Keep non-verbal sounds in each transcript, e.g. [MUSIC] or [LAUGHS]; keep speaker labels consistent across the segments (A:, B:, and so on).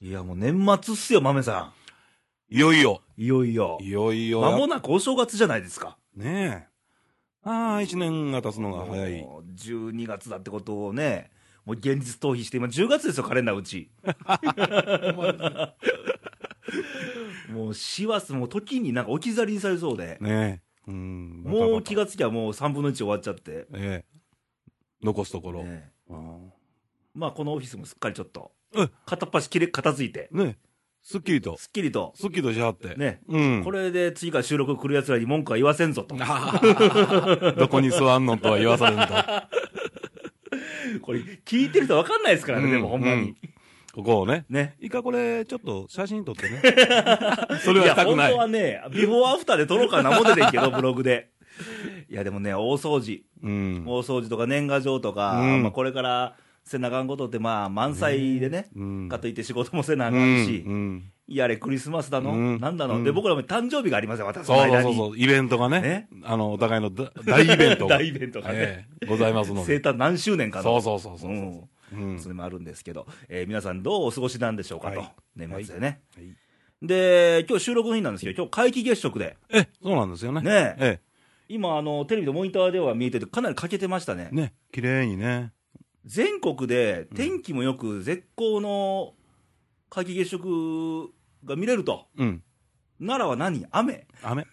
A: や、もう年末っすよ、豆さ
B: いよいよ。
A: ん。いよいよ。
B: いよいよ。
A: 間もなくお正月じゃないですか。
B: ねえ。ああ、一年が経つのが早い。
A: もう12月だってことをね、もう現実逃避して、今10月ですよ、カレンダーう
B: [LAUGHS]
A: ち。もう師走、もう時になんか置き去りにされそうで、
B: ねえ。うん。バタバタ
A: もう気がつきゃもう3分の1終わっちゃって。
B: ええ。残すところ。
A: ねえ
B: うん
A: まあこのオフィスもすっかりちょっと
B: うん、
A: 片っ端切れ、片付いて、
B: ねえ。すっきりと。
A: すっきりと、
B: すっきりとしはって。
A: ね、
B: うん。
A: これで次から収録来る奴らに文句は言わせんぞと。
B: [LAUGHS] どこに座んのとは言わされんと。
A: これ聞いてる人分かんないですからね、
B: うん
A: でもほんまに。
B: うんここをね。
A: ね。
B: いいかこれ、ちょっと写真撮って
A: [LAUGHS]
B: ね。それはしたくない
A: や、本当はね、ビフォーアフターで撮ろうかな、モデでいけど、ブログで。いや、でもね、大掃除。
B: うん。
A: 大掃除とか年賀状とか、
B: うん
A: まあ、これからせなあかんことって、まあ、満載でね、
B: うん
A: かといって仕事もせなあかんし、
B: うん
A: やれ、クリスマスだの、
B: うん
A: なんだの、
B: うん
A: で、僕らも誕生日がありますよ、私の
B: そうそ
A: 間
B: う
A: に。
B: そうそう、イベントがね、
A: ね
B: あの、お互いのだ大イベント
A: [LAUGHS]
B: が。
A: 大イベントがね
B: ええございますの
A: 生
B: で。
A: 誕何周年かの。
B: そうそうそうそう。
A: うん
B: うん
A: それもあるんですけど、えー皆さんどうお過ごしなんでしょうかと、
B: はい
A: 年末でね。
B: はい
A: で、今日収録の日なんですけど、今日皆既月食で、
B: え、そうなんですよね。
A: ねえ
B: え
A: 今あの、テレビのモニターでは見えてて、かなり欠けてましたね
B: え。ね、綺麗にね。
A: 全国で天気もよく、絶好の皆既月食が見れると、
B: うん。
A: 奈良は何雨、
B: 雨。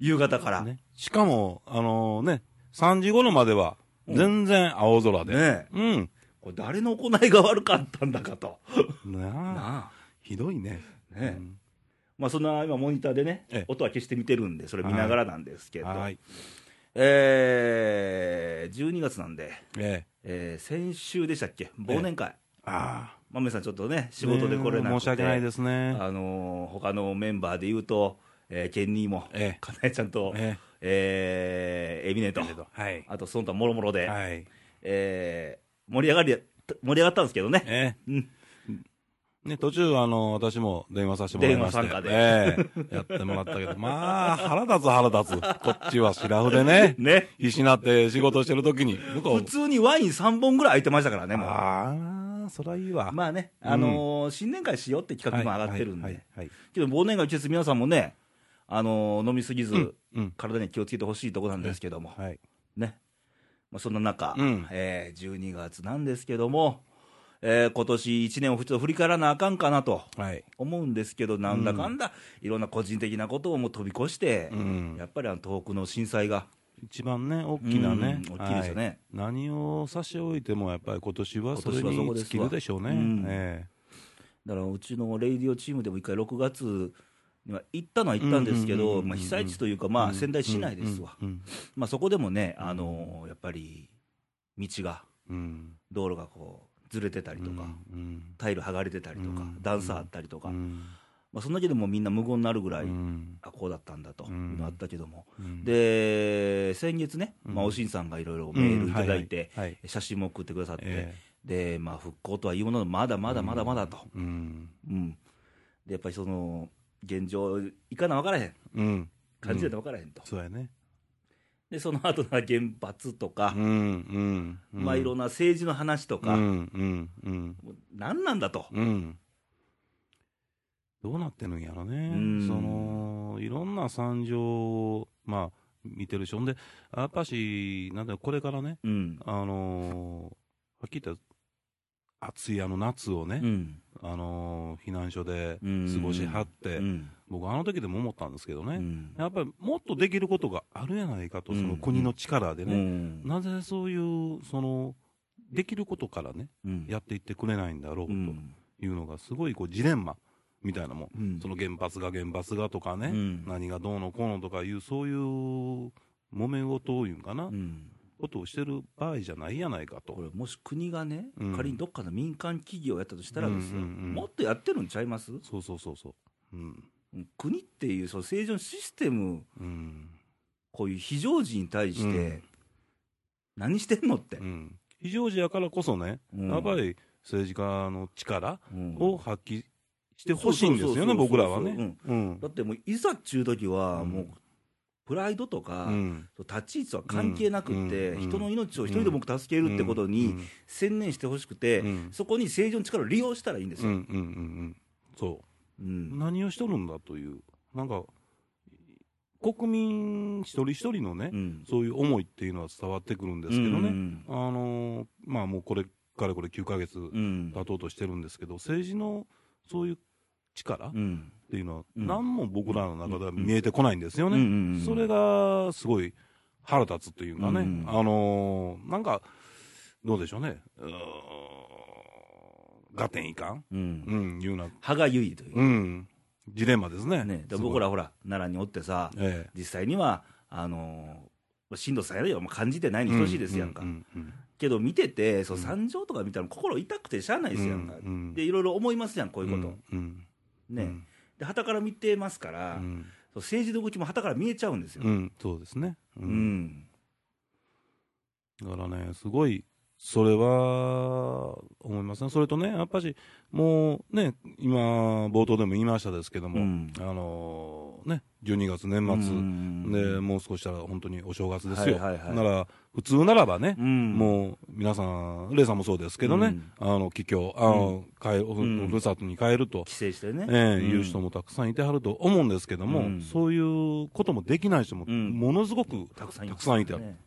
A: 夕方から。ね
B: ね。しかも、あのね、3時頃までは、全然青空で。
A: え、
B: うん。
A: これ誰の行いが悪かったんだかと。
B: なあ、
A: な
B: ひどいね。
A: あねえ
B: うん
A: [LAUGHS] まあ、そんな今、モニターでね
B: ええ、
A: 音は消して見てるんで、それ見ながらなんですけど、
B: はい。
A: えー、12月なんで、
B: ええ。
A: えー先週でしたっけ、忘年会、
B: ああ。
A: まめさん、ちょっとね、仕事で来れなくて、
B: ねえ申し訳ないですね。
A: あのー他のメンバーで言うと、えーケンニーも、
B: ええ
A: かなえちゃんと、え
B: え
A: ーエビネと、
B: はい。
A: あとその他もろもろで、
B: はい。
A: えー盛り上がり、盛り上がったんですけどね、
B: え
A: うん
B: え。ね、途中、あの、私も電話させてもらいまして。
A: 電話参加で
B: ええ。やってもらったけど、まあ、腹立つ腹立つ。こっちは白筆ね。
A: ね
B: 必死になって仕事してる時に、向こ
A: 普
B: う。
A: 通にワイン3本ぐらい空いてましたからね、もう。
B: ああ、そらいいわ。
A: まあね、あのー新年会しようって企画も上がってるんで、
B: はいはいはいはい
A: けど忘年会季節、皆さんもね、あのー飲みすぎず、
B: うん。
A: 体には気をつけてほしいとこなんですけども、
B: はい。
A: ね、まあ、そんな中、
B: うん
A: えー12月なんですけども、えー今年1年をちょっと振り返らなあかんかなと
B: はい。
A: 思うんですけど、なんだかんだ、いろんな個人的なことをもう飛び越して、
B: うん
A: やっぱりあの東北の震災が、
B: 一番ね、大きなね。
A: うん大きいですよね
B: は何を差し置いても、やっぱり今年はそれ
A: 今年はそこ
B: に
A: で
B: 尽
A: すわ
B: きるでしょうね。
A: うん
B: え
A: だからうちのレイディオチームでも一回、6月には行ったのは行ったんですけ
B: うんうんうん
A: ど、
B: うん
A: まあ被災地というか、
B: え。
A: まあ、仙台市内ですわ、
B: うん。うん
A: まあ、そこでもね、あのーやっぱり道が、
B: うんうん。
A: 道路がこうずれてたりとか。
B: うん。
A: タイル剥がれてたりとか、
B: うん
A: 段差あったりとか、
B: うん
A: まあ、そんだけでもみんな無言になるぐらい、
B: うん
A: あこうだったんだと
B: う
A: い
B: ん
A: うのあったけども、
B: うん
A: で先月ね、
B: うん
A: まあ、おしんさんがいろいろメールいただいて、
B: うんはいはいはい
A: 写真も送ってくださって、
B: え
A: でまあ、復興とはいうものの、まだまだまだまだと、
B: えうん
A: うんでやっぱりその現状、いかな分からへん、
B: うん
A: 感じないと分からへんと、
B: そうやね
A: でその後な原発とか、
B: うんうん
A: まあ、いろんな政治の話とか、
B: う
A: も
B: んうん
A: う何なんだと、
B: うんうんどうなってるんやろね
A: うん
B: そのいろんな惨状をまあ見てるしほんでやっぱしなんだろうこれからね
A: うん
B: あのーはっきり言った暑いあの夏をね、
A: うん
B: あのー避難所で
A: うん
B: 過ごしはって、
A: うん
B: 僕あの時でも思ったんですけどね、
A: うん
B: やっぱりもっとできることがあるやないかと、その国の力で
A: う
B: ね、
A: ん
B: なぜそういう、その、できることからね、
A: うん
B: やっていってくれないんだろう
A: う
B: と
A: ん
B: いうのが、すごいこうジレンマみたいなもん、
A: うん
B: その原発が原発がとか
A: う
B: ね、
A: ん
B: 何がどうのこうのとかいう、そういう揉め事をいうんかな、
A: うん
B: ことをしてる場合じゃないやないか。
A: ことれもし国がね、
B: うん
A: 仮にどっかの民間企業やったとしたらですよ、
B: うんうんうん
A: もっとやってるんちゃいます
B: そうそうそうそう。うん。
A: 国っていうその政治のシステム、
B: うん。
A: こういう非常時に対し
B: う
A: て
B: ん、
A: 何してんのって
B: う、ん。非常時やからこそね、
A: うん
B: やっぱり政治家の力
A: うん
B: を発揮してほしいんですよ
A: そうそうそうそ
B: ね、
A: う
B: 僕らはね。うん
A: だってもういざっちゅう時は、
B: うん
A: もうプライドとか、
B: うん
A: 立ち位置とは関係なくって、
B: うん
A: 人の命を一人でも助けるってことに
B: うん
A: 専念してほしくて、
B: うん
A: そこに政治の力を利用したらいいんです
B: うんう
A: よ。
B: んうんそうう、
A: ん
B: 何をしとるんだという、なんか、国民一人一人のね、
A: うん
B: そういう思いっていうのは伝わってくるんですけどね、
A: うん
B: あのーまあもうこれからこれ9ヶ月
A: うん
B: 経とうとしてるんですけど、政治のそういう力っ
A: うん
B: ていうのは、
A: うん
B: 何も僕らの中では見えてこないんですよね。
A: うんうんうん
B: それがすごい腹立つというかね、
A: うん
B: あのーなんか、どうでしょうね、うーん合点いかん、
A: う
B: うんん、いうような、
A: 歯がゆいという、
B: うん、ジレンマですね。
A: ね、だから
B: すごい
A: 僕ら、ほら、奈良におってさ、
B: え
A: 実際には、あのーしんどさやれよ、もう感じてない
B: え、
A: に等しいですやんか、
B: うううん
A: けど見てて、そう
B: うん
A: 惨状とか見たら、心痛くてしゃあないですやんか、
B: うんうん
A: でいろいろ思いますやん、こういうこと、
B: うんうん
A: ね、で旗から見てますか
B: う
A: ら、
B: ん
A: そう政治の動きも旗から見えちゃうんですよ。
B: うん、そうですね、う
A: うんん
B: だからね、すごい、それは思いますね、それとね、やっぱし、もうね、今、冒頭でも言いましたですけども、
A: うん
B: あのね、12月年末、でもう少ししたら本当にお正月ですよ、
A: はいはいはい
B: なら普通ならばね、
A: うん
B: もう皆さん、レイさんもそうですけどね、
A: うん
B: あの帰郷あの、帰お
A: ん
B: ふるさとに帰ると、
A: 帰省してね、
B: ええいう人
A: も
B: もたくさんいてはると思うんですけども、
A: うん
B: そういうこともできない人も、
A: うん
B: ものすごく
A: たくさん
B: たくさんいてある
A: ね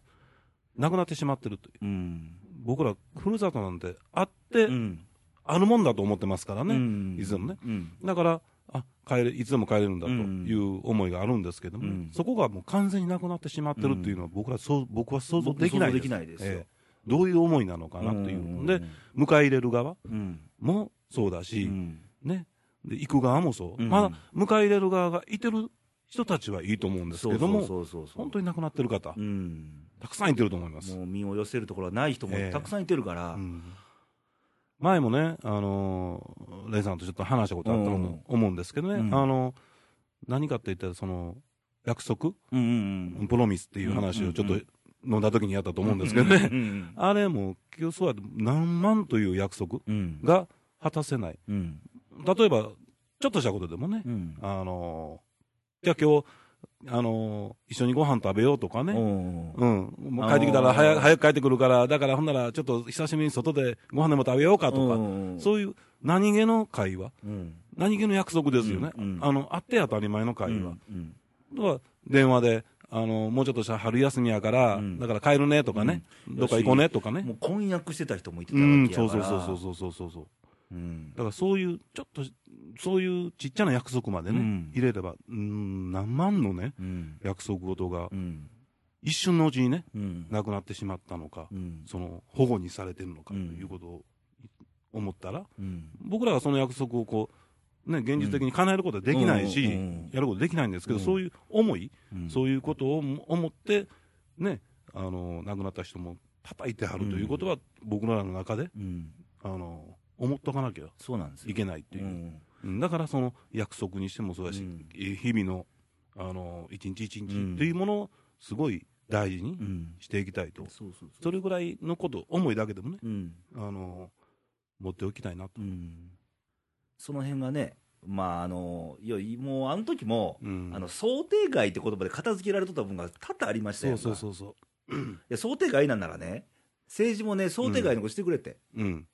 B: 亡くなってしまってるとい
A: う
B: う、
A: ん
B: 僕ら、ふるさとなんてあって、
A: うん
B: あるもんだと思ってますからね、
A: うん
B: いつでもね。
A: うん
B: だからあ帰れいつでも帰れるんだと
A: うん
B: いう思いがあるんですけども、
A: うん
B: そこがもう完全になくなってしまってるっていうのは、僕らそう僕は想像できない
A: 僕も想像できないですよ
B: ええどういう思いなのかなという、
A: うん
B: で迎え入れる側
A: うん
B: もそうだ
A: う
B: し、
A: ん
B: ね、で行く側もそう、
A: うん
B: まだ迎え入れる側がいてる人たちはいいと思うんです
A: そ
B: け
A: う
B: ども、
A: そうそうそう
B: 本当に亡くなってる方、
A: うん
B: たくさんいてると思います。
A: もう身を寄せるところはない人も
B: ええ
A: たくさんいてるから、
B: うん前もね、あのーレイさんとちょっと話したことあったと思う思うんですけどね、
A: うん
B: あの何かって言ったら、その約束、
A: うんうんうん
B: プロミスっていう話をちょっと
A: うん
B: 飲んだ時にやったと思うんですけどね、
A: うん
B: [LAUGHS] あれも結局そうやって何万という約束
A: うん
B: が果たせない、
A: うん
B: 例えばちょっとしたことでもね、
A: うん
B: あのーじゃあ今日あのー一緒にご飯食べようとかね、
A: うん
B: うん、もう帰ってきたら
A: あ
B: 早
A: ー
B: 早く帰ってくるから、だからほんならちょっと久しぶりに外でご飯でも食べようかとか、
A: うん
B: そういう何気の会話、
A: うん
B: 何気の約束ですよね、
A: うんうん
B: あのあって当たり前の会話、
A: うん
B: あとは電話で、あのもうちょっとしたら春休みやから、
A: うん
B: だから帰るねとかね、
A: うん
B: どっか行こうねとかね
A: も、う婚約してた人もいてた
B: う
A: わ
B: ん、
A: け
B: そ
A: や
B: う
A: か
B: そう
A: ら
B: そうそうそうそうそう、
A: うん
B: だからそういう、ちょっと、そういうちっちゃな約束までね、
A: うん
B: 入れれば、うん、何万のね、
A: うん
B: 約束事が
A: う、ん
B: 一瞬のうちにね、
A: うん
B: なくなってしまったのか、
A: うん
B: その保護にされてるのかと
A: うん
B: いうことを思ったら、
A: うん
B: 僕らはその約束をこう、ね、現実的に叶えることはできないし、
A: うんうんうんうん
B: やることできないんですけど、
A: うん
B: そういう思い、
A: うん
B: そういうことを思って、ね、あの亡くなった人も叩いてはるということは、僕らの中で
A: うん
B: あの思っとかなきゃ
A: そうなんですよ
B: いけないっていうう、
A: ん
B: うんだからその約束にしてもそうだし、
A: うん
B: 日々のあの一日一
A: うん
B: 日というものをすごい大事
A: う
B: に
A: ん
B: していきたいと、
A: そうそうそ
B: それぐらいのこと、思いだけでもね、
A: ううん
B: あの持っておきたいなと。
A: うんその辺がねまああのいやもうあの時も
B: うん
A: あの想定外って言葉で片付けられとった部分が多々ありました
B: そ
A: よ
B: うそうそうそ
A: いや想定外なんならね政治もね想定外のことしてくれて
B: う、うん、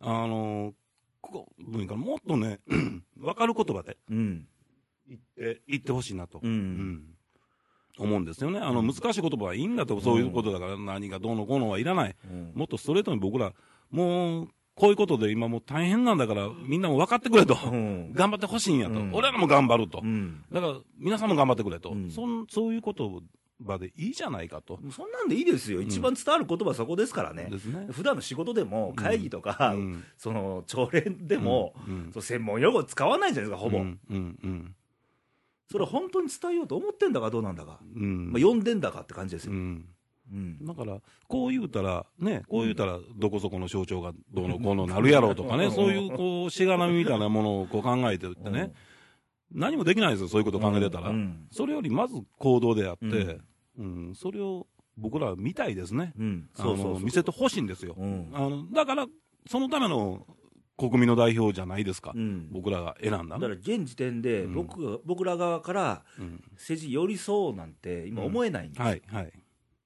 B: あのここどういうかなもっとね、 [CLEARS THROAT] 分かる言葉で
A: うん
B: 言って言ってほしいなと、
A: うん
B: うん思うんですよね、あの難しい言葉はいいんだと、そういうことだから、何がどうのこうのはいらない、
A: うん
B: もっとストレートに僕ら、もうこういうことで今、もう大変なんだから、みんなも分かってくれと、
A: うん
B: 頑張ってほしいんやと、
A: うん
B: 俺らも頑張ると、
A: うん
B: だから皆さんも頑張ってくれと、
A: うん
B: そんそういう言葉でいいじゃないかと。
A: そんなんでいいですよ一番伝わる言葉はそこですからね
B: ですね。
A: 普段の仕事でも会議とか、
B: うん
A: その朝礼でも、
B: うんうん
A: そう専門用語使わないじゃないですか、ほぼ、
B: うんうんうん
A: それ本当に伝えようと思ってんだかどうなんだか、
B: うん
A: まあ、呼んでんだかって感じです
B: う
A: よ、
B: ん
A: うん
B: だから、こう言うたら、ね、こう言うたら、どこそこの象徴がどう [LAUGHS] のこうのなるやろうとか
A: う
B: ね、
A: ん
B: そういうこうしがらみみたいなものをこう考えてってね、何もできないですよ、そういうことを考えてたら
A: う。ん
B: それよりまず行動であっ
A: う
B: て、うん、それを僕らは見たいですね。
A: うん
B: あ
A: そうそうそ
B: の
A: う
B: 見せてほしいんですよ
A: う。ん
B: あのだから、そのための国民の代表じゃないですか、
A: うん、
B: 僕らが選ん
A: だ
B: だ
A: から
B: の、
A: 現時点で
B: うん
A: 僕,、僕ら側から
B: うん、
A: 政治寄り添うなんて今思えないんです、
B: はいはい、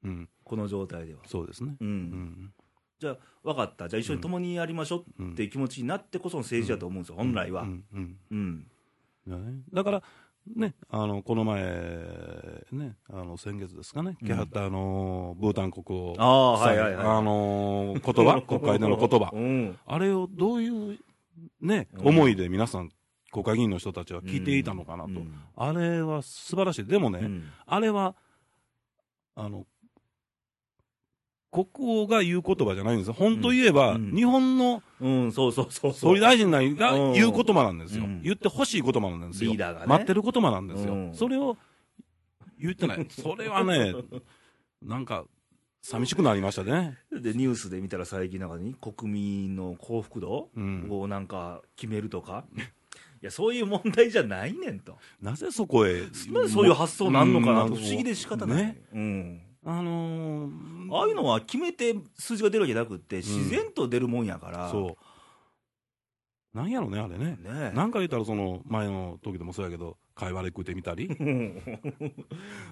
B: うん、
A: この状態では、
B: そうですね、
A: うん
B: うん
A: じゃあ分かったじゃあ一緒に共にやりましょう
B: うん
A: っていう気持ちになってこその政治だと思うんですよ、本来は、う
B: うんんうんだねだから、ね、あのこの前、ね、あの先月ですかね、
A: うん
B: キャハタあのブータン国王、
A: ああはいはいはい
B: あの
A: [LAUGHS]
B: 言葉、国会での言葉
A: う、ん
B: あれをどういう、ね
A: うん
B: 思いで皆さん、国会議員の人たちは聞いていたのかなと、
A: うん
B: あれは素晴らしい、でもね、
A: うん
B: あれはあの国王が言う言葉じゃないんですよ、本当言えば、
A: うん
B: 日本の
A: うん、そうそうそうそう
B: 総理大臣が言う言葉なんですよ、
A: うん
B: 言ってほしい言葉なんですよ、
A: リーダーがね
B: 待ってる言葉なんですよ、
A: うん
B: それを言ってない、それはね、なんか寂しくなりましたね、
A: [LAUGHS] でニュースで見たら最近なんかに国民の幸福度
B: うん、
A: をなんか決めるとか、 [LAUGHS] いやそういう問題じゃないねんと
B: なぜそこへ、
A: なんでそういう発想なんのかなと不思議で仕方ない、
B: ね
A: うん、
B: あのー
A: ああいうのは決めて数字が出るわけじゃなくって自然と出るもんやから、
B: そう、なんやろね、あれね。
A: ね [LAUGHS]
B: なんか言ったらその前の時でもそうやけど、貝割れ食うてみた
A: [LAUGHS]
B: り、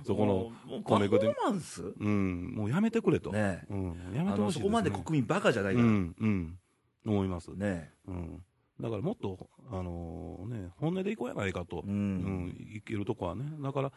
B: そこの、
A: の
B: こねく
A: パ
B: で
A: フォーマンスね
B: うん、もうやめてくれと、
A: え
B: うん、や
A: あ
B: めて
A: の
B: ほし
A: そ
B: いです、ね、
A: こまで国民バカじゃないから、
B: うん、うん、思います、
A: ね
B: うん、だからもっと、あのーね、本音でいこうやないかと、
A: う
B: うん
A: ん、
B: いけるとこはね、だから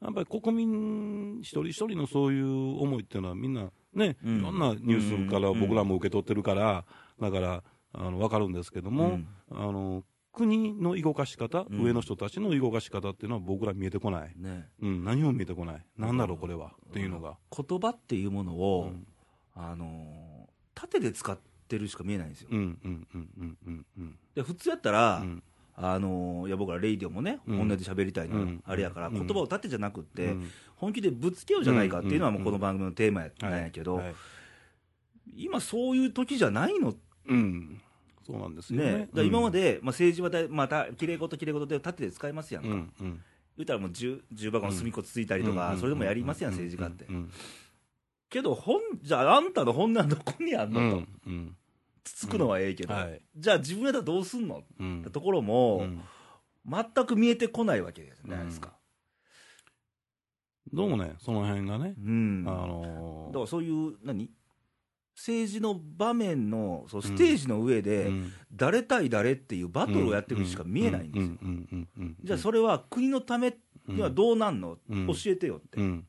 B: やっぱり国民一人一人のそういう思いっていうのは、みんなね、
A: うん
B: いろんなニュースから
A: うん
B: 僕らも受け取ってるから、だからあの分かるんですけども、
A: うん
B: あの国の動かし方、
A: うん
B: 上の人たちの動かし方っていうのは、僕ら見えてこない、
A: ね
B: うん、何も見えてこない、なんだろう、これは、っていうのが。
A: 言葉っていうもの
B: う
A: を、
B: ん
A: あのー縦で使ってるしか見えないんですよ、
B: うんうんうんうんうんうん
A: で普通やったら、
B: うん
A: あのーいや僕らレイディオもね、
B: うん
A: 本音で喋りたいの、
B: うん
A: あれやから、
B: うん
A: 言葉を縦じゃなくって、
B: うん
A: 本気でぶつけようじゃないかっていうのは、
B: うん
A: もうこの番組のテーマやったんやけど、
B: はいはい
A: 今、そういう時じゃないの
B: うん、そうなんですよね。
A: ね、だから今ま
B: で、
A: で、まあ、政治はだいまたきれい事きれい事で縦で使いますやん
B: う
A: か、
B: んうん、
A: 言ったらもう重重箱の隅っこついたりとか、
B: うん
A: それでもやりますやん、政治家って。
B: うん
A: けど本、じゃあ、あんたの本音はどこにあん
B: う
A: の
B: ん
A: と、
B: うん
A: つつくのはええけど、
B: はい
A: じゃあ、自分やったらどうすんの
B: う
A: って
B: ん
A: ところも、
B: うん
A: 全く見えてこないわけじゃないですか。
B: どうもね、その辺がね
A: う、
B: あ
A: ん
B: の
A: だ
B: ー
A: からそういう、何政治の場面のそうステージの上で、
B: うん
A: 誰対誰っていうバトルをやってるしか見えないんですよ、
B: うんうんうんうんうん
A: じゃあ、それは国のため
B: うん
A: にはどうなんの、
B: うん
A: 教えてよって、
B: うん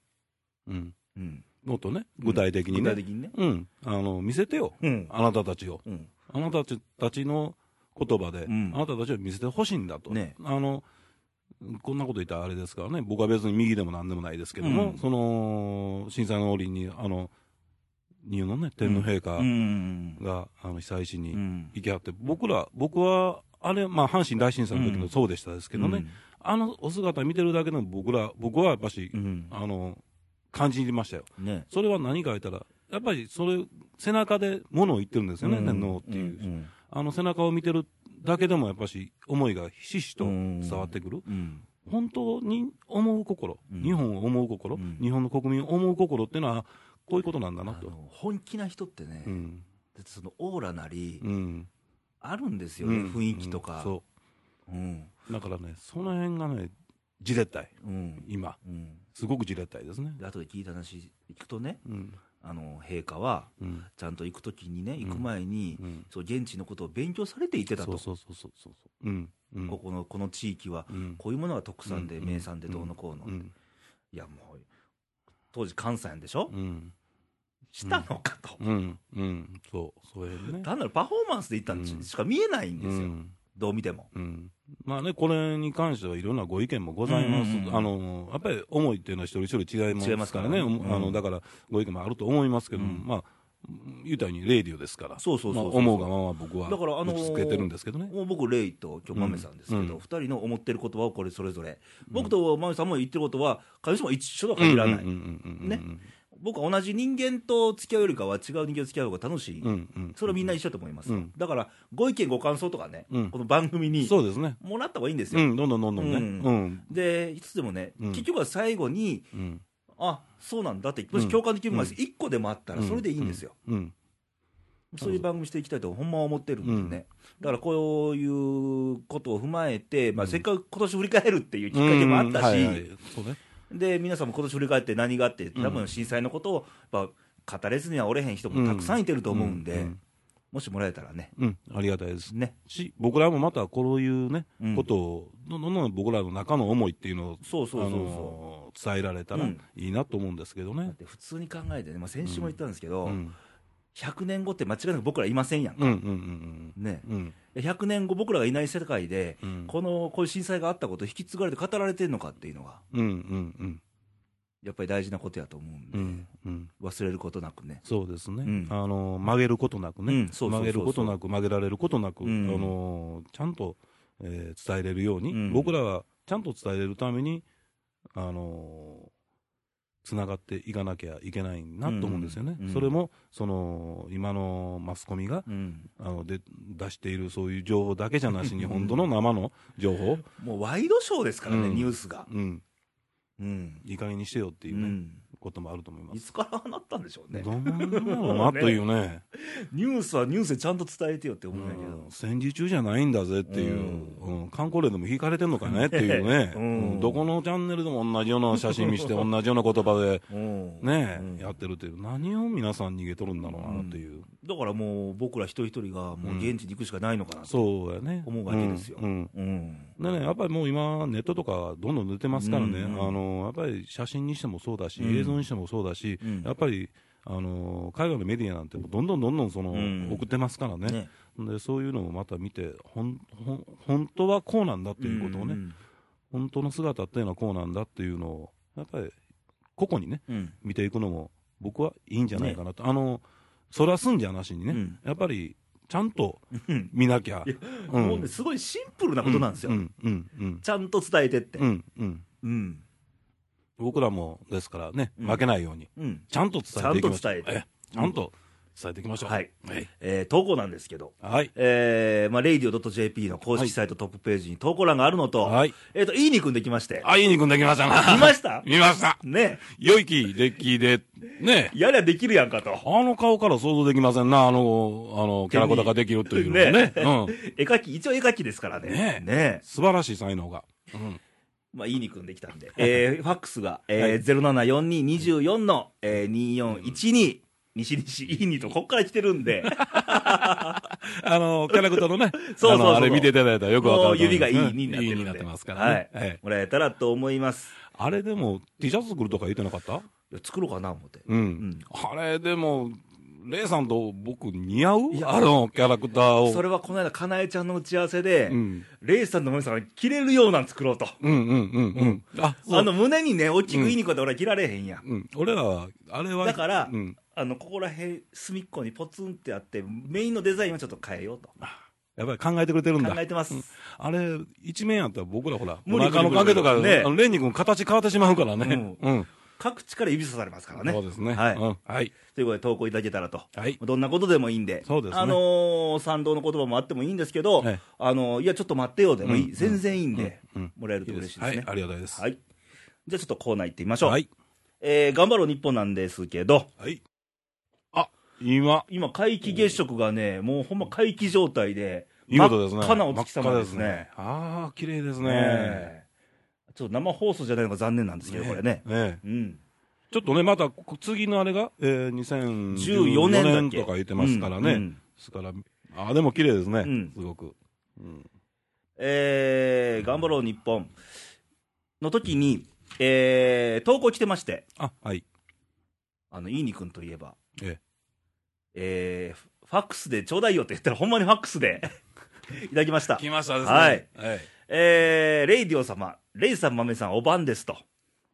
B: うん
A: うん
B: もっとね、具体的に
A: 具体
B: ね、
A: 的にね、
B: うん、あの見せてよ、
A: うん
B: あなたたちを、
A: うん
B: あなたたちの言葉で、
A: うん
B: あなたたちを見せてほしいんだと、
A: ね
B: あの、こんなこと言ったらあれですからね、僕は別に右でもなんでもないですけども、
A: うん
B: その震災の折に、あの日本のね、天皇陛下
A: うん
B: が、あの被災地
A: う
B: に
A: ん、
B: 行きはって、僕ら、僕は、あれ、まあ、阪神大震災の時
A: う
B: も
A: ん
B: そうでしたですけどね、あのお姿見てるだけでも、僕ら、僕はやっぱし、
A: うん、
B: あの感じましたよ。
A: ね、
B: それは何か言ったら、やっぱりそれ、背中で物を言ってるんですよね、天皇っていう。
A: うん
B: あの背中を見てるだけでもやっぱし思いがひしひしと伝わってくる、
A: うん
B: 本当に思う心、
A: うん
B: 日本を思う心、
A: うん
B: 日本の国民を思う心っていうのは、こういうことなんだ
A: あ
B: な
A: の
B: と。
A: 本気な人ってね、
B: うん
A: だってそのオーラなり、
B: うん
A: あるんです
B: う
A: よね、
B: ん
A: 雰囲気とか、
B: うんそ
A: うん
B: うだからね、その辺がね、じれったい、
A: うん
B: 今、
A: うん、
B: すごくじれったいですね。
A: で後で聞いた話、聞くとね、
B: うん
A: あの陛下は
B: うん
A: ちゃんと行くときにね、
B: ん
A: 行く前に、
B: うん、
A: そう現地のことを勉強されていてた
B: そ
A: と
B: う、そうそうそうそう、うんうん
A: ここのこの地域は、
B: うん
A: こういうものが特産で、
B: うん
A: 名産でどうのこうの、
B: う
A: い
B: ん
A: やもう、当時、関西やんでしょ、
B: うん
A: したのかと、
B: うんうんそう、そういうね。
A: 単なるパフォーマンスで行ったん
B: うん
A: しか見えないんですよ、
B: うん
A: どう見ても。
B: うんまあね、これに関してはいろんなご意見もございます、
A: うんうんうん
B: あのやっぱり思いっていうのは一人一人違います
A: 違います
B: か
A: からら
B: ね、
A: ね
B: うんあ
A: う
B: の
A: ん
B: だからご意見もあると思いますけども、
A: うん
B: まあ、言うたように、レイディオですから、
A: そうそうそうそう
B: まあ、思うがまま僕は
A: だからあのー
B: ぶつけてるんですけどね、
A: もう僕、レイと今日、マメさんですけど、
B: う
A: 二
B: んうん
A: 人の思ってることはこれ、それぞれ、僕とマメさんも言ってることは、必ずしも一緒とは限らない、
B: うんうんうんうんうん
A: ね僕は同じ人間と付き合うよりかは、違う人間と付き合う方が楽しい、
B: うんうん、
A: それはみんな一緒だと思います、
B: うん
A: だから、ご意見、ご感想とかね、
B: うん
A: この番組に
B: そうですね、
A: もらった方がいいんです
B: う
A: よ。
B: ん、どんどんどんどんね、
A: うん
B: うん
A: で、いつでもね、
B: うん
A: 結局は最後に、
B: うん
A: あそうなんだって、もし共感できるのが
B: うん
A: 1個でもあったら、それでいいんですよ。
B: うん
A: そういう番組していきたいと、ほんまは思ってるんですね、だからこういうことを踏まえて、まあ、
B: うん
A: せっかく今年振り返るっていうきっかけもあったし、
B: うんはいはいそうね
A: で皆さんも今年振り返って何があって、多分震災のことをやっぱ語れずには折れへん人もたくさんいてると思うんで、
B: うん
A: もしもらえたらね、
B: うんありがたいです
A: ね
B: し僕らもまたこういうね、
A: うん
B: ことをどんどんどん僕らの中の思いっていうのを
A: そうそうそうそう
B: あのー伝えられたら
A: うん
B: いいなと思うんですけど
A: だっ
B: ね、
A: て普通に考えてね、まあ、先週も言ったんですけ
B: う
A: ど、
B: ん、うん
A: 100年後って間違いなく僕らいませんやんか、
B: うんうん
A: ね、
B: うんうん
A: 100年後、僕らがいない世界で、
B: うん
A: このこういう震災があったことを引き継がれて語られてるのかっていうのが、
B: うんうんうん
A: やっぱり大事なことやと思うんで、
B: うんうん
A: 忘れることなくね。
B: そうですね、
A: うん
B: あのー曲げることなくね、
A: うんそうそうそうそう
B: 曲げることなく曲げられることなく、
A: うん
B: あのーちゃんと、えー伝えれるように、
A: うん
B: 僕らはちゃんと伝えれるためにあのーつながっていかなきゃいけないなと思うんですよね、
A: うんうん
B: それもその今のマスコミが
A: うん、
B: あので出しているそういう情報だけじゃなしに本当の生の情報、
A: もうワイドショーですからね、
B: うん
A: ニュースが。
B: うん、
A: うん
B: いい加減にしてよっていう、ね
A: うん
B: こともあると思いま
A: い
B: す。
A: つからああなったんでしょうね
B: ど、うなんだろうなというね。
A: ニュースはニュースでちゃんと伝えてよって思うんだけ
B: う
A: ど
B: ん、戦時中じゃないんだぜっていう、
A: う、
B: うん観光例でも引かれてんのかねっていうね
A: う
B: うんんどこのチャンネルでも同じような写真見して、同じような言葉で
A: うん
B: ね、
A: うん
B: やってるっていう、何を皆さん逃げとるんだろうなっていう、
A: だからもう、僕ら一人一人がもう現地に行くしかないのかなと、
B: そうやね。
A: 思うわけですよ
B: うん
A: う
B: うん
A: ん
B: でね、やっぱりもう今、ネットとかどんどん出てますからね、
A: うんうん
B: あのやっぱり写真にしてもそうだし、
A: うん
B: 映像にしてもそうだし、
A: うん
B: やっぱりあの海外のメディアなんて、どんどんどんどんその、
A: うん
B: 送ってますからね
A: ね
B: で、そういうのをまた見て、ほんほん本当はこうなんだっていうことをね、
A: うん
B: 本当の姿っていうのはこうなんだっていうのを、やっぱり個々にね、
A: うん
B: 見ていくのも、僕はいいんじゃないかなと、あのそらすんじゃなしにね、
A: うん
B: やっぱりちゃんと
A: うん
B: 見なきゃ、
A: [LAUGHS] いや
B: う
A: もうね、すごいシンプルなことなんですよ、
B: うんうんうん
A: ちゃんと伝えてって、
B: うんうん、
A: うん
B: 僕らもですからね、
A: うん
B: 負けないように、
A: うん
B: ちゃんと伝えていきましょ
A: ち
B: う。
A: ゃんと伝えて
B: ちゃんと伝えていきましょう。
A: はい
B: はい。
A: えー投稿なんですけど、
B: はい。
A: えーまあ、radio.jp の公式サイトトップページに投稿欄があるのと、
B: はい
A: えっ、と、いいにくんできまして、
B: あ、いい肉できましたな。
A: 見ました
B: [LAUGHS] 見ました。
A: ね、
B: 良い気、デッキで、ねえ
A: やりゃできるやんかと、
B: あの顔から想像できませんな、あの、あの、キャラクターができるというのは
A: ね
B: ね。うん。
A: [LAUGHS] 絵描き、一応絵描きですからね、
B: ねえ
A: ね
B: 素晴らしい才能が。うん。
A: まあ、いいにくんできたんで、
B: [LAUGHS]
A: えーファックスが、えー074224の、えー、2412、西西いいにと、こっから来てるん
B: [LAUGHS]
A: で、、
B: あの、キャラクターのね
A: [LAUGHS] そうそうそう
B: あのあれ見ていただいたらよくわかると思
A: も
B: う
A: う指がいい
B: うん
A: になってるんで
B: いいになってますからね。
A: はい
B: はい
A: もらえたらと思います。
B: あれでも、T シャツ作るとか言ってなかった
A: いや作ろうかな思って、
B: うん。
A: ん
B: あれでも、レイさんと僕似合う
A: いや
B: あのキャラクターを。
A: それはこの間かなえちゃんの打ち合わせで、
B: うん
A: レイさんとモミさんが着れるようなん作ろうと
B: うんうんうんうん。あ、そう
A: あの胸にね大きくいいにこで俺は着られへんや、ん
B: うん、俺らは、あれは。
A: だから、
B: うん。
A: あのここら辺隅っこにポツンってあってメインのデザインはちょっと変えようと
B: やっぱり考えてくれてるんだ
A: 考。えてます、
B: あれ、一面やったら僕らほら、
A: 無
B: お
A: 理
B: 腹の
A: 無理無理
B: 影とか、
A: ね
B: あのレンニ君形変わってしまうからね。
A: う
B: うん。
A: 各地から指さされますからね
B: そうですね。
A: はい
B: うんはい。
A: ということで投稿いただけたらと、
B: はい
A: どんなことでもいいんで
B: そうですね
A: あのー賛同の言葉もあってもいいんですけど、
B: はい
A: あのーいやちょっと待ってよでもいい、
B: うん
A: 全然いいんで、
B: うんうん
A: もらえると嬉しいですね
B: はい、ありがたいです。。
A: はいいじゃあちょっとコーナー行ってみましょう、
B: はい。
A: えー頑張ろう日本なんですけど、
B: はい。あ、今、
A: 今、皆既月食がね、もうほんま皆既状態で、
B: 見事ですね。
A: 真っ赤なお月様です
B: 真っ赤
A: ね。。
B: ああ、綺麗ですね。
A: ねえちょっと生放送じゃないのが残念なんですけど、これね。
B: ええ
A: うん、
B: ちょっとね、またこ次のあれが、えー、
A: 14
B: 2014
A: 年だっ
B: 年
A: け
B: とか言ってますからね、
A: うんうん
B: ですから、あーでも綺麗ですね、
A: うん
B: すごく、うん
A: えー頑張ろう日本の時に、えー投稿来てまして、
B: あはい、
A: あの、いいにくんといえば、
B: え
A: えーフファックスでちょうだいよって言ったら、ほんまにファックスで [LAUGHS] いただきました
B: え、。来ましたです
A: ね
B: ね、
A: えーレイディオ様、レイさん、マメさん、おばんですと。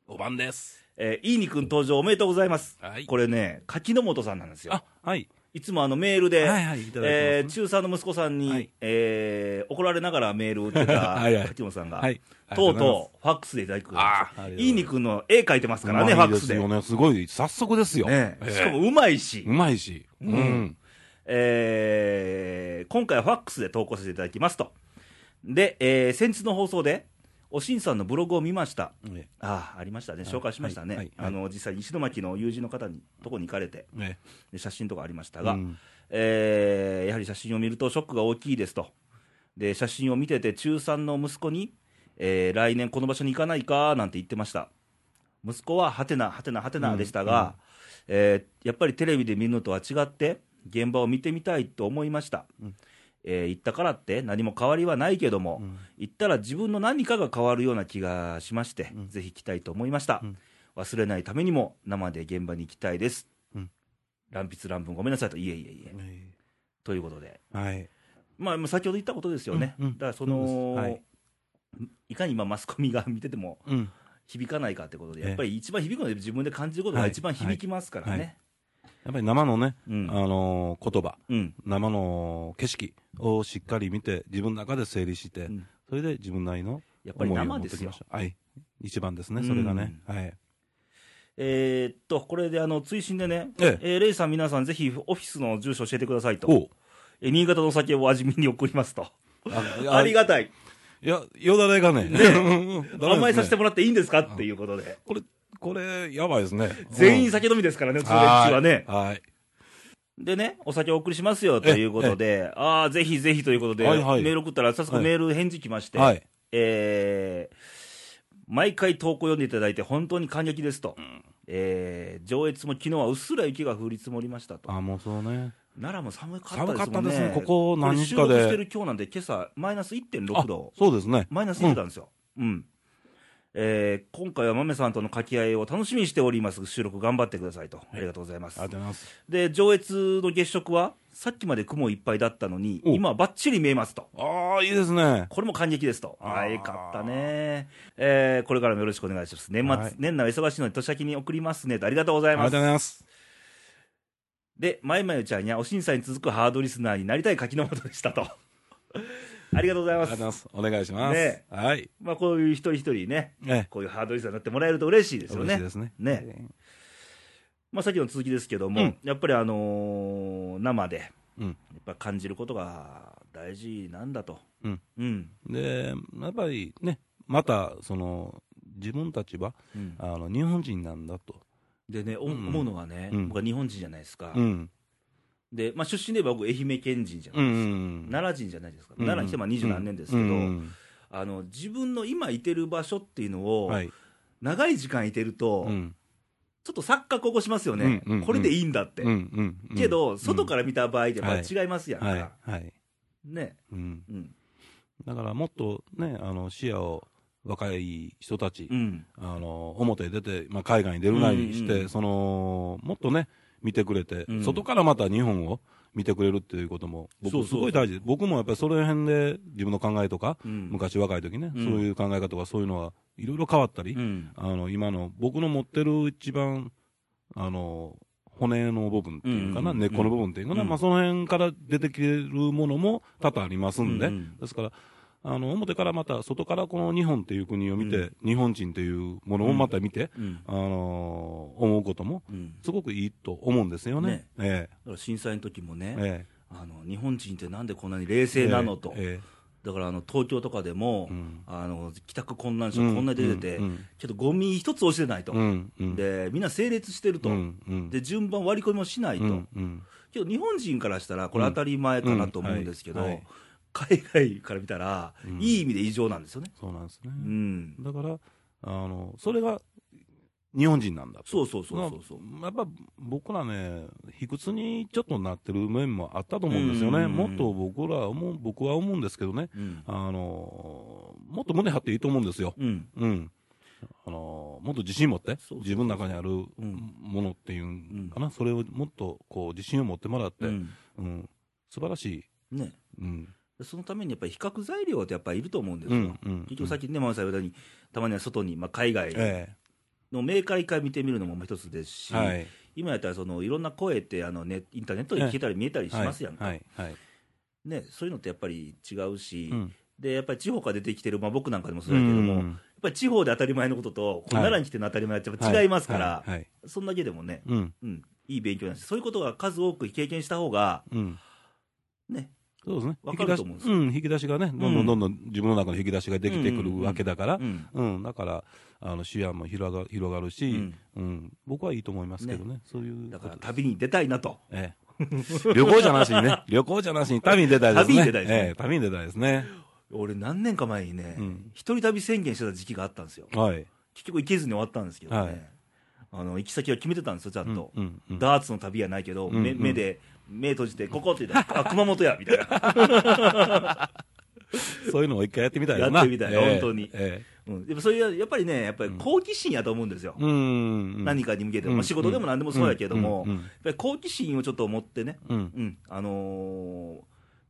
B: おばんです、
A: えー、いいにくん登場おめでとうございます。
B: はい
A: これね、柿の本さんなんですよ
B: あ。はい、
A: いつもあのメールで、
B: はいはい、いただきます、
A: えー中3の息子さんに、
B: はい
A: えー怒られながらメールを打ってた
B: [LAUGHS] はいはい
A: 柿本さんが、
B: はい、
A: とうとうファックスでいただく
B: あーありがとうございます
A: いいにくんの絵描いてます
B: う
A: からね、ファック
B: で
A: ス
B: す
A: で。
B: よね、すごい、早速ですよ、
A: ね
B: ええ
A: しかもうまいし、
B: うまいし、
A: んえー今回はファックスで投稿させていただきますと。で、えー先日の放送で、おしんさんのブログを見ました。
B: え
A: ああ、ありましたね。
B: はい
A: 紹介しましたね。
B: はいはい
A: あの、実際に石巻の友人の方に、とこに行かれて、
B: え
A: で写真とかありましたが、
B: うん
A: えーやはり写真を見るとショックが大きいですと。で、写真を見てて中3の息子に、えー来年この場所に行かないかなんて言ってました。息子はハテナ、ハテナ、ハテナでしたが、えーやっぱりテレビで見るのとは違って、現場を見てみたいと思いました。
B: うん
A: えー行ったからって何も変わりはないけども、
B: うん
A: 行ったら自分の何かが変わるような気がしまして、
B: うん
A: ぜひ来たいと思いました、
B: うん
A: 忘れないためにも生で現場に行きたいです、
B: うん
A: 乱筆乱文ごめんなさいといえいえいえ
B: え
A: ということで、
B: はい
A: まあ、まあ先ほど言ったことですよね、
B: うんうん
A: だからその、
B: そう
A: い
B: で、
A: かに今マスコミが見てても
B: うん
A: 響かないかってことで
B: ええ
A: やっぱり一番響くのは自分で感じることが一番響きますからね、
B: はいはやっぱり生のね、
A: うん
B: あのー言葉
A: うん
B: 生の景色をしっかり見て自分の中で整理して、
A: うん
B: それで自分なりの
A: やっぱり
B: 思いを
A: 生
B: 持
A: で
B: って
A: す
B: き
A: よ
B: ましたはい一番ですねそれがね、はい
A: えーっとこれであの追伸でね、
B: え
A: えーレイさん皆さんぜひオフィスの住所教えてくださいと
B: おう
A: え新潟のお酒を味見に送りますと。[LAUGHS]
B: あ
A: ありがたい。
B: いやよだれがね [LAUGHS]
A: 甘えさせて
B: も
A: もらっていいんですかっていうことで。
B: これこれやばいですね
A: 全員
B: 先
A: 酒飲みですからね、うちの連中はね。
B: はい
A: でね、お酒をお送りしますよということで、ああ、ぜひぜひということで、
B: はいはい
A: メール送ったら、早速メール返事来まして、
B: はい
A: えー毎回投稿読んでいただいて、本当に感激ですと、えー上越も昨日はうっすら雪が降り積もりましたと、
B: あもうそうね
A: 奈良も寒かったですもんね、
B: 寒かったですねここ何日かで
A: これ収録してる今日なんで、今朝マイナス1.6度
B: あ。そうですね
A: マイナス1なんですよ。うん。えー今回は豆さんとの掛け合いを楽しみにしております。収録頑張ってくださいと。ありがとうございます
B: あり。がとうございます
A: で、上越の月食は、さっきまで雲いっぱいだったのに、
B: お
A: 今はバッチリ見えますと。
B: ああいいですね
A: これも感激ですと。
B: あー
A: あよかったね。えーこれからもよろしくお願いします。年末、
B: はい
A: 年内は忙しいので年先に送りますねと。ありがとうござ
B: あ
A: い
B: りがと
A: ま
B: うご
A: す。
B: ざいます
A: で、まゆまゆちゃんやおしんさんに続くハードリスナーになりたい柿の本でしたと。 [LAUGHS] ありがとうござい
B: あ
A: ま
B: りがとうござい
A: す。
B: ますお願いします、
A: ね
B: はい
A: まあ、こういう一人一人ね、
B: え
A: こういうハードリスナーになってもらえると嬉しいですよ
B: 嬉しい
A: ね
B: で。すね
A: ねまあ、さっきの続きですけども、
B: うん
A: やっぱり、あのー生でや
B: うん
A: っぱ感じることが大事なんだと、
B: うん
A: うん
B: でやっぱりねまたその自分たちは
A: うん
B: あの日本人なんだと、
A: でね、お
B: うん
A: 思うのはね、
B: うん
A: 僕は日本人じゃないですか、
B: うん
A: でまあ、出身で言えば僕、愛媛県人じゃな
B: う
A: い、
B: んうん、
A: 奈良人じゃないですか、
B: うん
A: 奈良に来てまあ二十何年ですけど、
B: うん
A: あの、自分の今いてる場所っていうのを、
B: はい
A: 長い時間いてると、
B: うん
A: ちょっと錯覚起こしますよね、
B: うんうん
A: これでいいんだって、
B: うんうんうん
A: けど、外から見た場合でやっぱ違いますやんか、
B: はいはい
A: ね、
B: うん、
A: うん、
B: だからもっとねあの視野を若い人たち、
A: うん、
B: あの表に出て、まあ、海外に出るなりして、
A: うんうん
B: そのもっとね見てくれて、
A: うん
B: 外からまた日本を見てくれるっていうことも
A: そう
B: 僕
A: そう
B: すごい大事で僕もやっぱりその辺で自分の考えとか、
A: うん
B: 昔若い時ね、
A: うん
B: そういう考え方はそういうのはいろいろ変わったり、
A: うん、
B: あの今の僕の持ってる一番あの骨の部分っていうかな、
A: うんうん
B: 根っこの部分っていうかな、
A: うん
B: まあ、その辺から出てきてるものも多々ありますんで、
A: うんうん
B: ですからあの表からまた外からこの日本っていう国を見て、
A: う
B: 日本人っていうものをまた見て、
A: うん
B: あの思うことも
A: うん、
B: すごくいいと思うんですよね。え
A: だから震災の時もね
B: え、え
A: あの日本人ってなんでこんなに冷
B: え
A: 静なのと、
B: え
A: だからあの東京とかでも、
B: うん
A: あの帰宅困難
B: え
A: 者、こんなに出てて、
B: うんうん
A: けどゴミ一つ落ちてないと、
B: うんうん
A: でみんな整列してると、
B: うんうん
A: で順番割り込みもしないと、
B: うんうん
A: けど日本人からしたら、これ、当たり前かなと思うんですけど、
B: うんはいはい
A: 海外から見たら、
B: うん
A: いい意味で異常なんですよね。
B: そうなんです
A: う
B: ね。
A: ん、
B: だから、あのそれが日本人なんだと。
A: そうそうそうそうそう、
B: まあやっぱ僕らね、卑屈にちょっとなってる面もあったと思うんですよね、
A: うん
B: もっと僕ら思う僕は思うんですけどね、
A: うん
B: あのもっと胸張っていいと思うんですよ、
A: うん
B: うんあのもっと自信持っ
A: そ
B: て
A: うそうそう、
B: 自分の中にある
A: ん
B: ものっていうんかな、それをもっとこう自信を持ってもらって、
A: う
B: うん
A: ん
B: 素晴らしい、
A: ね、
B: うん
A: そのためにやっぱり比較材料ってやっぱりいると思うんです
B: う
A: よ。
B: んうん
A: 結局さっきね、マウさん言ったように、たまには外に、まあ、海外
B: え
A: のメーカー一回見てみるのも一つですし、
B: えはい、
A: 今やったらそのいろんな声ってあの、ね、インターネットで聞けたり見えたりしますやんか、
B: はいはい
A: ね、そういうのってやっぱり違うし、
B: うん
A: でやっぱり地方から出てきてる、まあ、僕なんかでもそうだけども、
B: う
A: やっ
B: ん
A: ぱり地方で当たり前のことと、こう
B: はい
A: 奈良に来ての当たり前ってやっぱ違いますから、
B: はいはい
A: そんだけでもね、
B: うん
A: うん、いい勉強だし、そういうことが数多く経験した方が、
B: うん
A: ね、
B: そうですね。
A: わかると
B: 引
A: 思うん
B: き
A: で
B: 出
A: す
B: し、
A: よ
B: うん、引き出しがね、どんどんどんどん自分の中の引き出しができてくるわけだから、
A: うん
B: うん、だから、あの視野も広が広がるし、うん僕はいいと思いますけどね、そういう
A: だ
B: こ
A: から
B: とです。
A: 旅に出たいなと。
B: ええ、旅行じゃなし
A: [LAUGHS]
B: にね、旅行じゃなしに旅に出たいですね。
A: 旅に出たいですね
B: ええ、旅に出たいですね。
A: 俺、何年か前にね、
B: うん
A: 一人旅宣言してた時期があったんですよ。
B: はい。
A: 結局行けずに終わったんですけどね、
B: はい
A: あの行き先は決めてたんですよ、ちゃんと。
B: うんうんうん
A: ダーツの旅やないけど、
B: うんうん
A: 目目で、目閉じて、ここって言った
B: [LAUGHS]
A: ら、あ、熊本や、みたいな。
B: そういうのを一回やってみたいよな。
A: やってみたい本当に
B: え
A: うん、でもそういう、やっぱりね、やっぱり好奇心やと思うんですよ。
B: えうんうん。
A: 何
B: か
A: かに向けて、
B: うん
A: まあ、仕事でも何でもそうやけども、
B: うんうん
A: やっぱり好奇心をちょっと持ってね、
B: うん。
A: うんあのー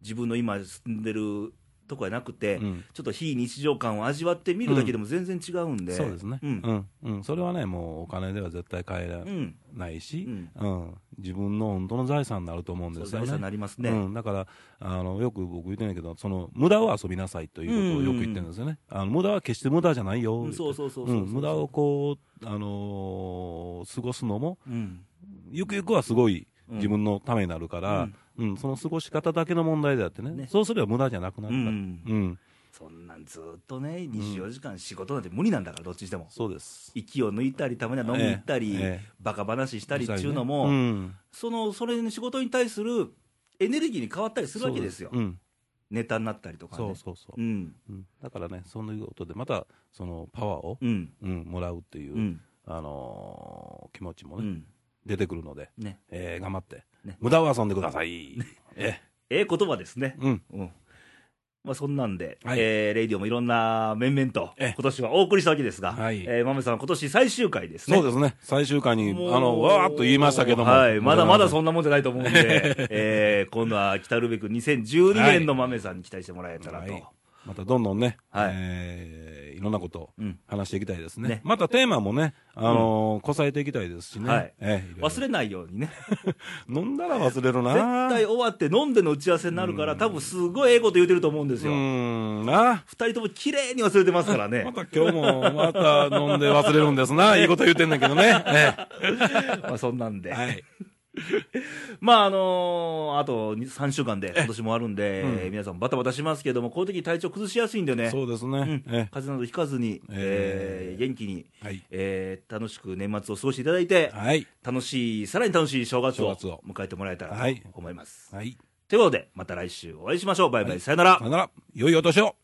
A: 自分の今住んでるとこやなくて、
B: うん
A: ちょっと非日常感を味わってみるだけでも全然違うんで、
B: そうですね。
A: うん
B: うん。うん。それはね、もうお金では絶対買えら
A: うん
B: ないし、
A: うん
B: うん、自分の本当の財産になると思うんですよ
A: そう財
B: ね。
A: 産になりますね
B: うん、だからあの、よく僕言ってないけど、その無駄を遊びなさいということをよく言ってるんですよね、あの無駄は決して無駄じゃないよ、
A: うんそうそうそう
B: う
A: そうん
B: 無駄をこう、あのー過ごすのも、
A: うん
B: ゆくゆくはすごい
A: うん
B: 自分のためになるから、うんその過ごし方だけの問題であってね、
A: ね
B: そうすれば無駄じゃなくなるから、
A: う
B: うんん
A: そんなんずっとね、24時間仕事なんて無理なんだから、どっちにしても。
B: そうです。
A: 息を抜いたり、たまには飲みに行ったり、
B: ええええ
A: バカ話したりっていうのも、
B: うん、
A: そのそれの仕事に対するエネルギーに変わったりするわけですよ、
B: そううん、
A: ネタになったりとかね。
B: そうそうそう、
A: うん
B: うんだからね、そういうことで、またそのパワーを、
A: うん
B: うん、もらうっていう、
A: うん
B: あのー気持ちも
A: う
B: ね、
A: ん
B: 出てくるので、
A: ね、
B: えー頑張って、
A: ね
B: 無駄を遊んでください。え
A: ええ言葉ですね。
B: うん、
A: うんまあ、そんなんで、
B: はい
A: えーレイディオもいろんな面々と、
B: え
A: 今
B: え
A: 年はお送りしたわけですが、
B: はい
A: えーまめさん、今年最終回ですね。
B: そうですね、最終回に、
A: もう
B: あのわーっと言いましたけども、
A: はい、まだまだ
B: う
A: そんなもんじゃないと思うん
B: [LAUGHS]
A: で、えー今度は来たるべく2012年のまめさんに期待してもらえたらと。
B: はいまたどんどんね、
A: はい
B: えーいろんなことを
A: うん
B: 話していきたいですね。
A: ね
B: またテーマもね、あのーこさえていきたいですしね、
A: はい
B: えーいろい
A: 忘れないようにね、
B: ろ飲んだら忘れるな
A: 絶対終わって飲んでの打ち合わせになるから、多分すごいええこと言うてると思うんです
B: う
A: よ、
B: ーんな。
A: 二人とも綺麗に忘れてますからね
B: [LAUGHS] ま、た今日もまた飲んで忘れるんですな。いいこと言ってんだけどね。え
A: まあ、そんなんで、
B: ーはい。
A: まああのーあと2 3週間で、今年もあるんで、
B: うん
A: えー皆さん、バタバタしますけども、こういう時体調崩しやすいんでね、
B: そうですね。
A: うん風
B: え
A: 邪などひかずに、えー
B: えー
A: 元気に、
B: はい
A: えー楽しく年末を過ごしていただいて
B: ー、はい。
A: 楽しい、さらに楽しい正月を
B: 正月を
A: 迎えてもらえたら
B: はい
A: と思います。
B: はい。
A: ということで、また来週お会いしましょう。バイバイ、さよなら
B: さ。よなら。良いお年を。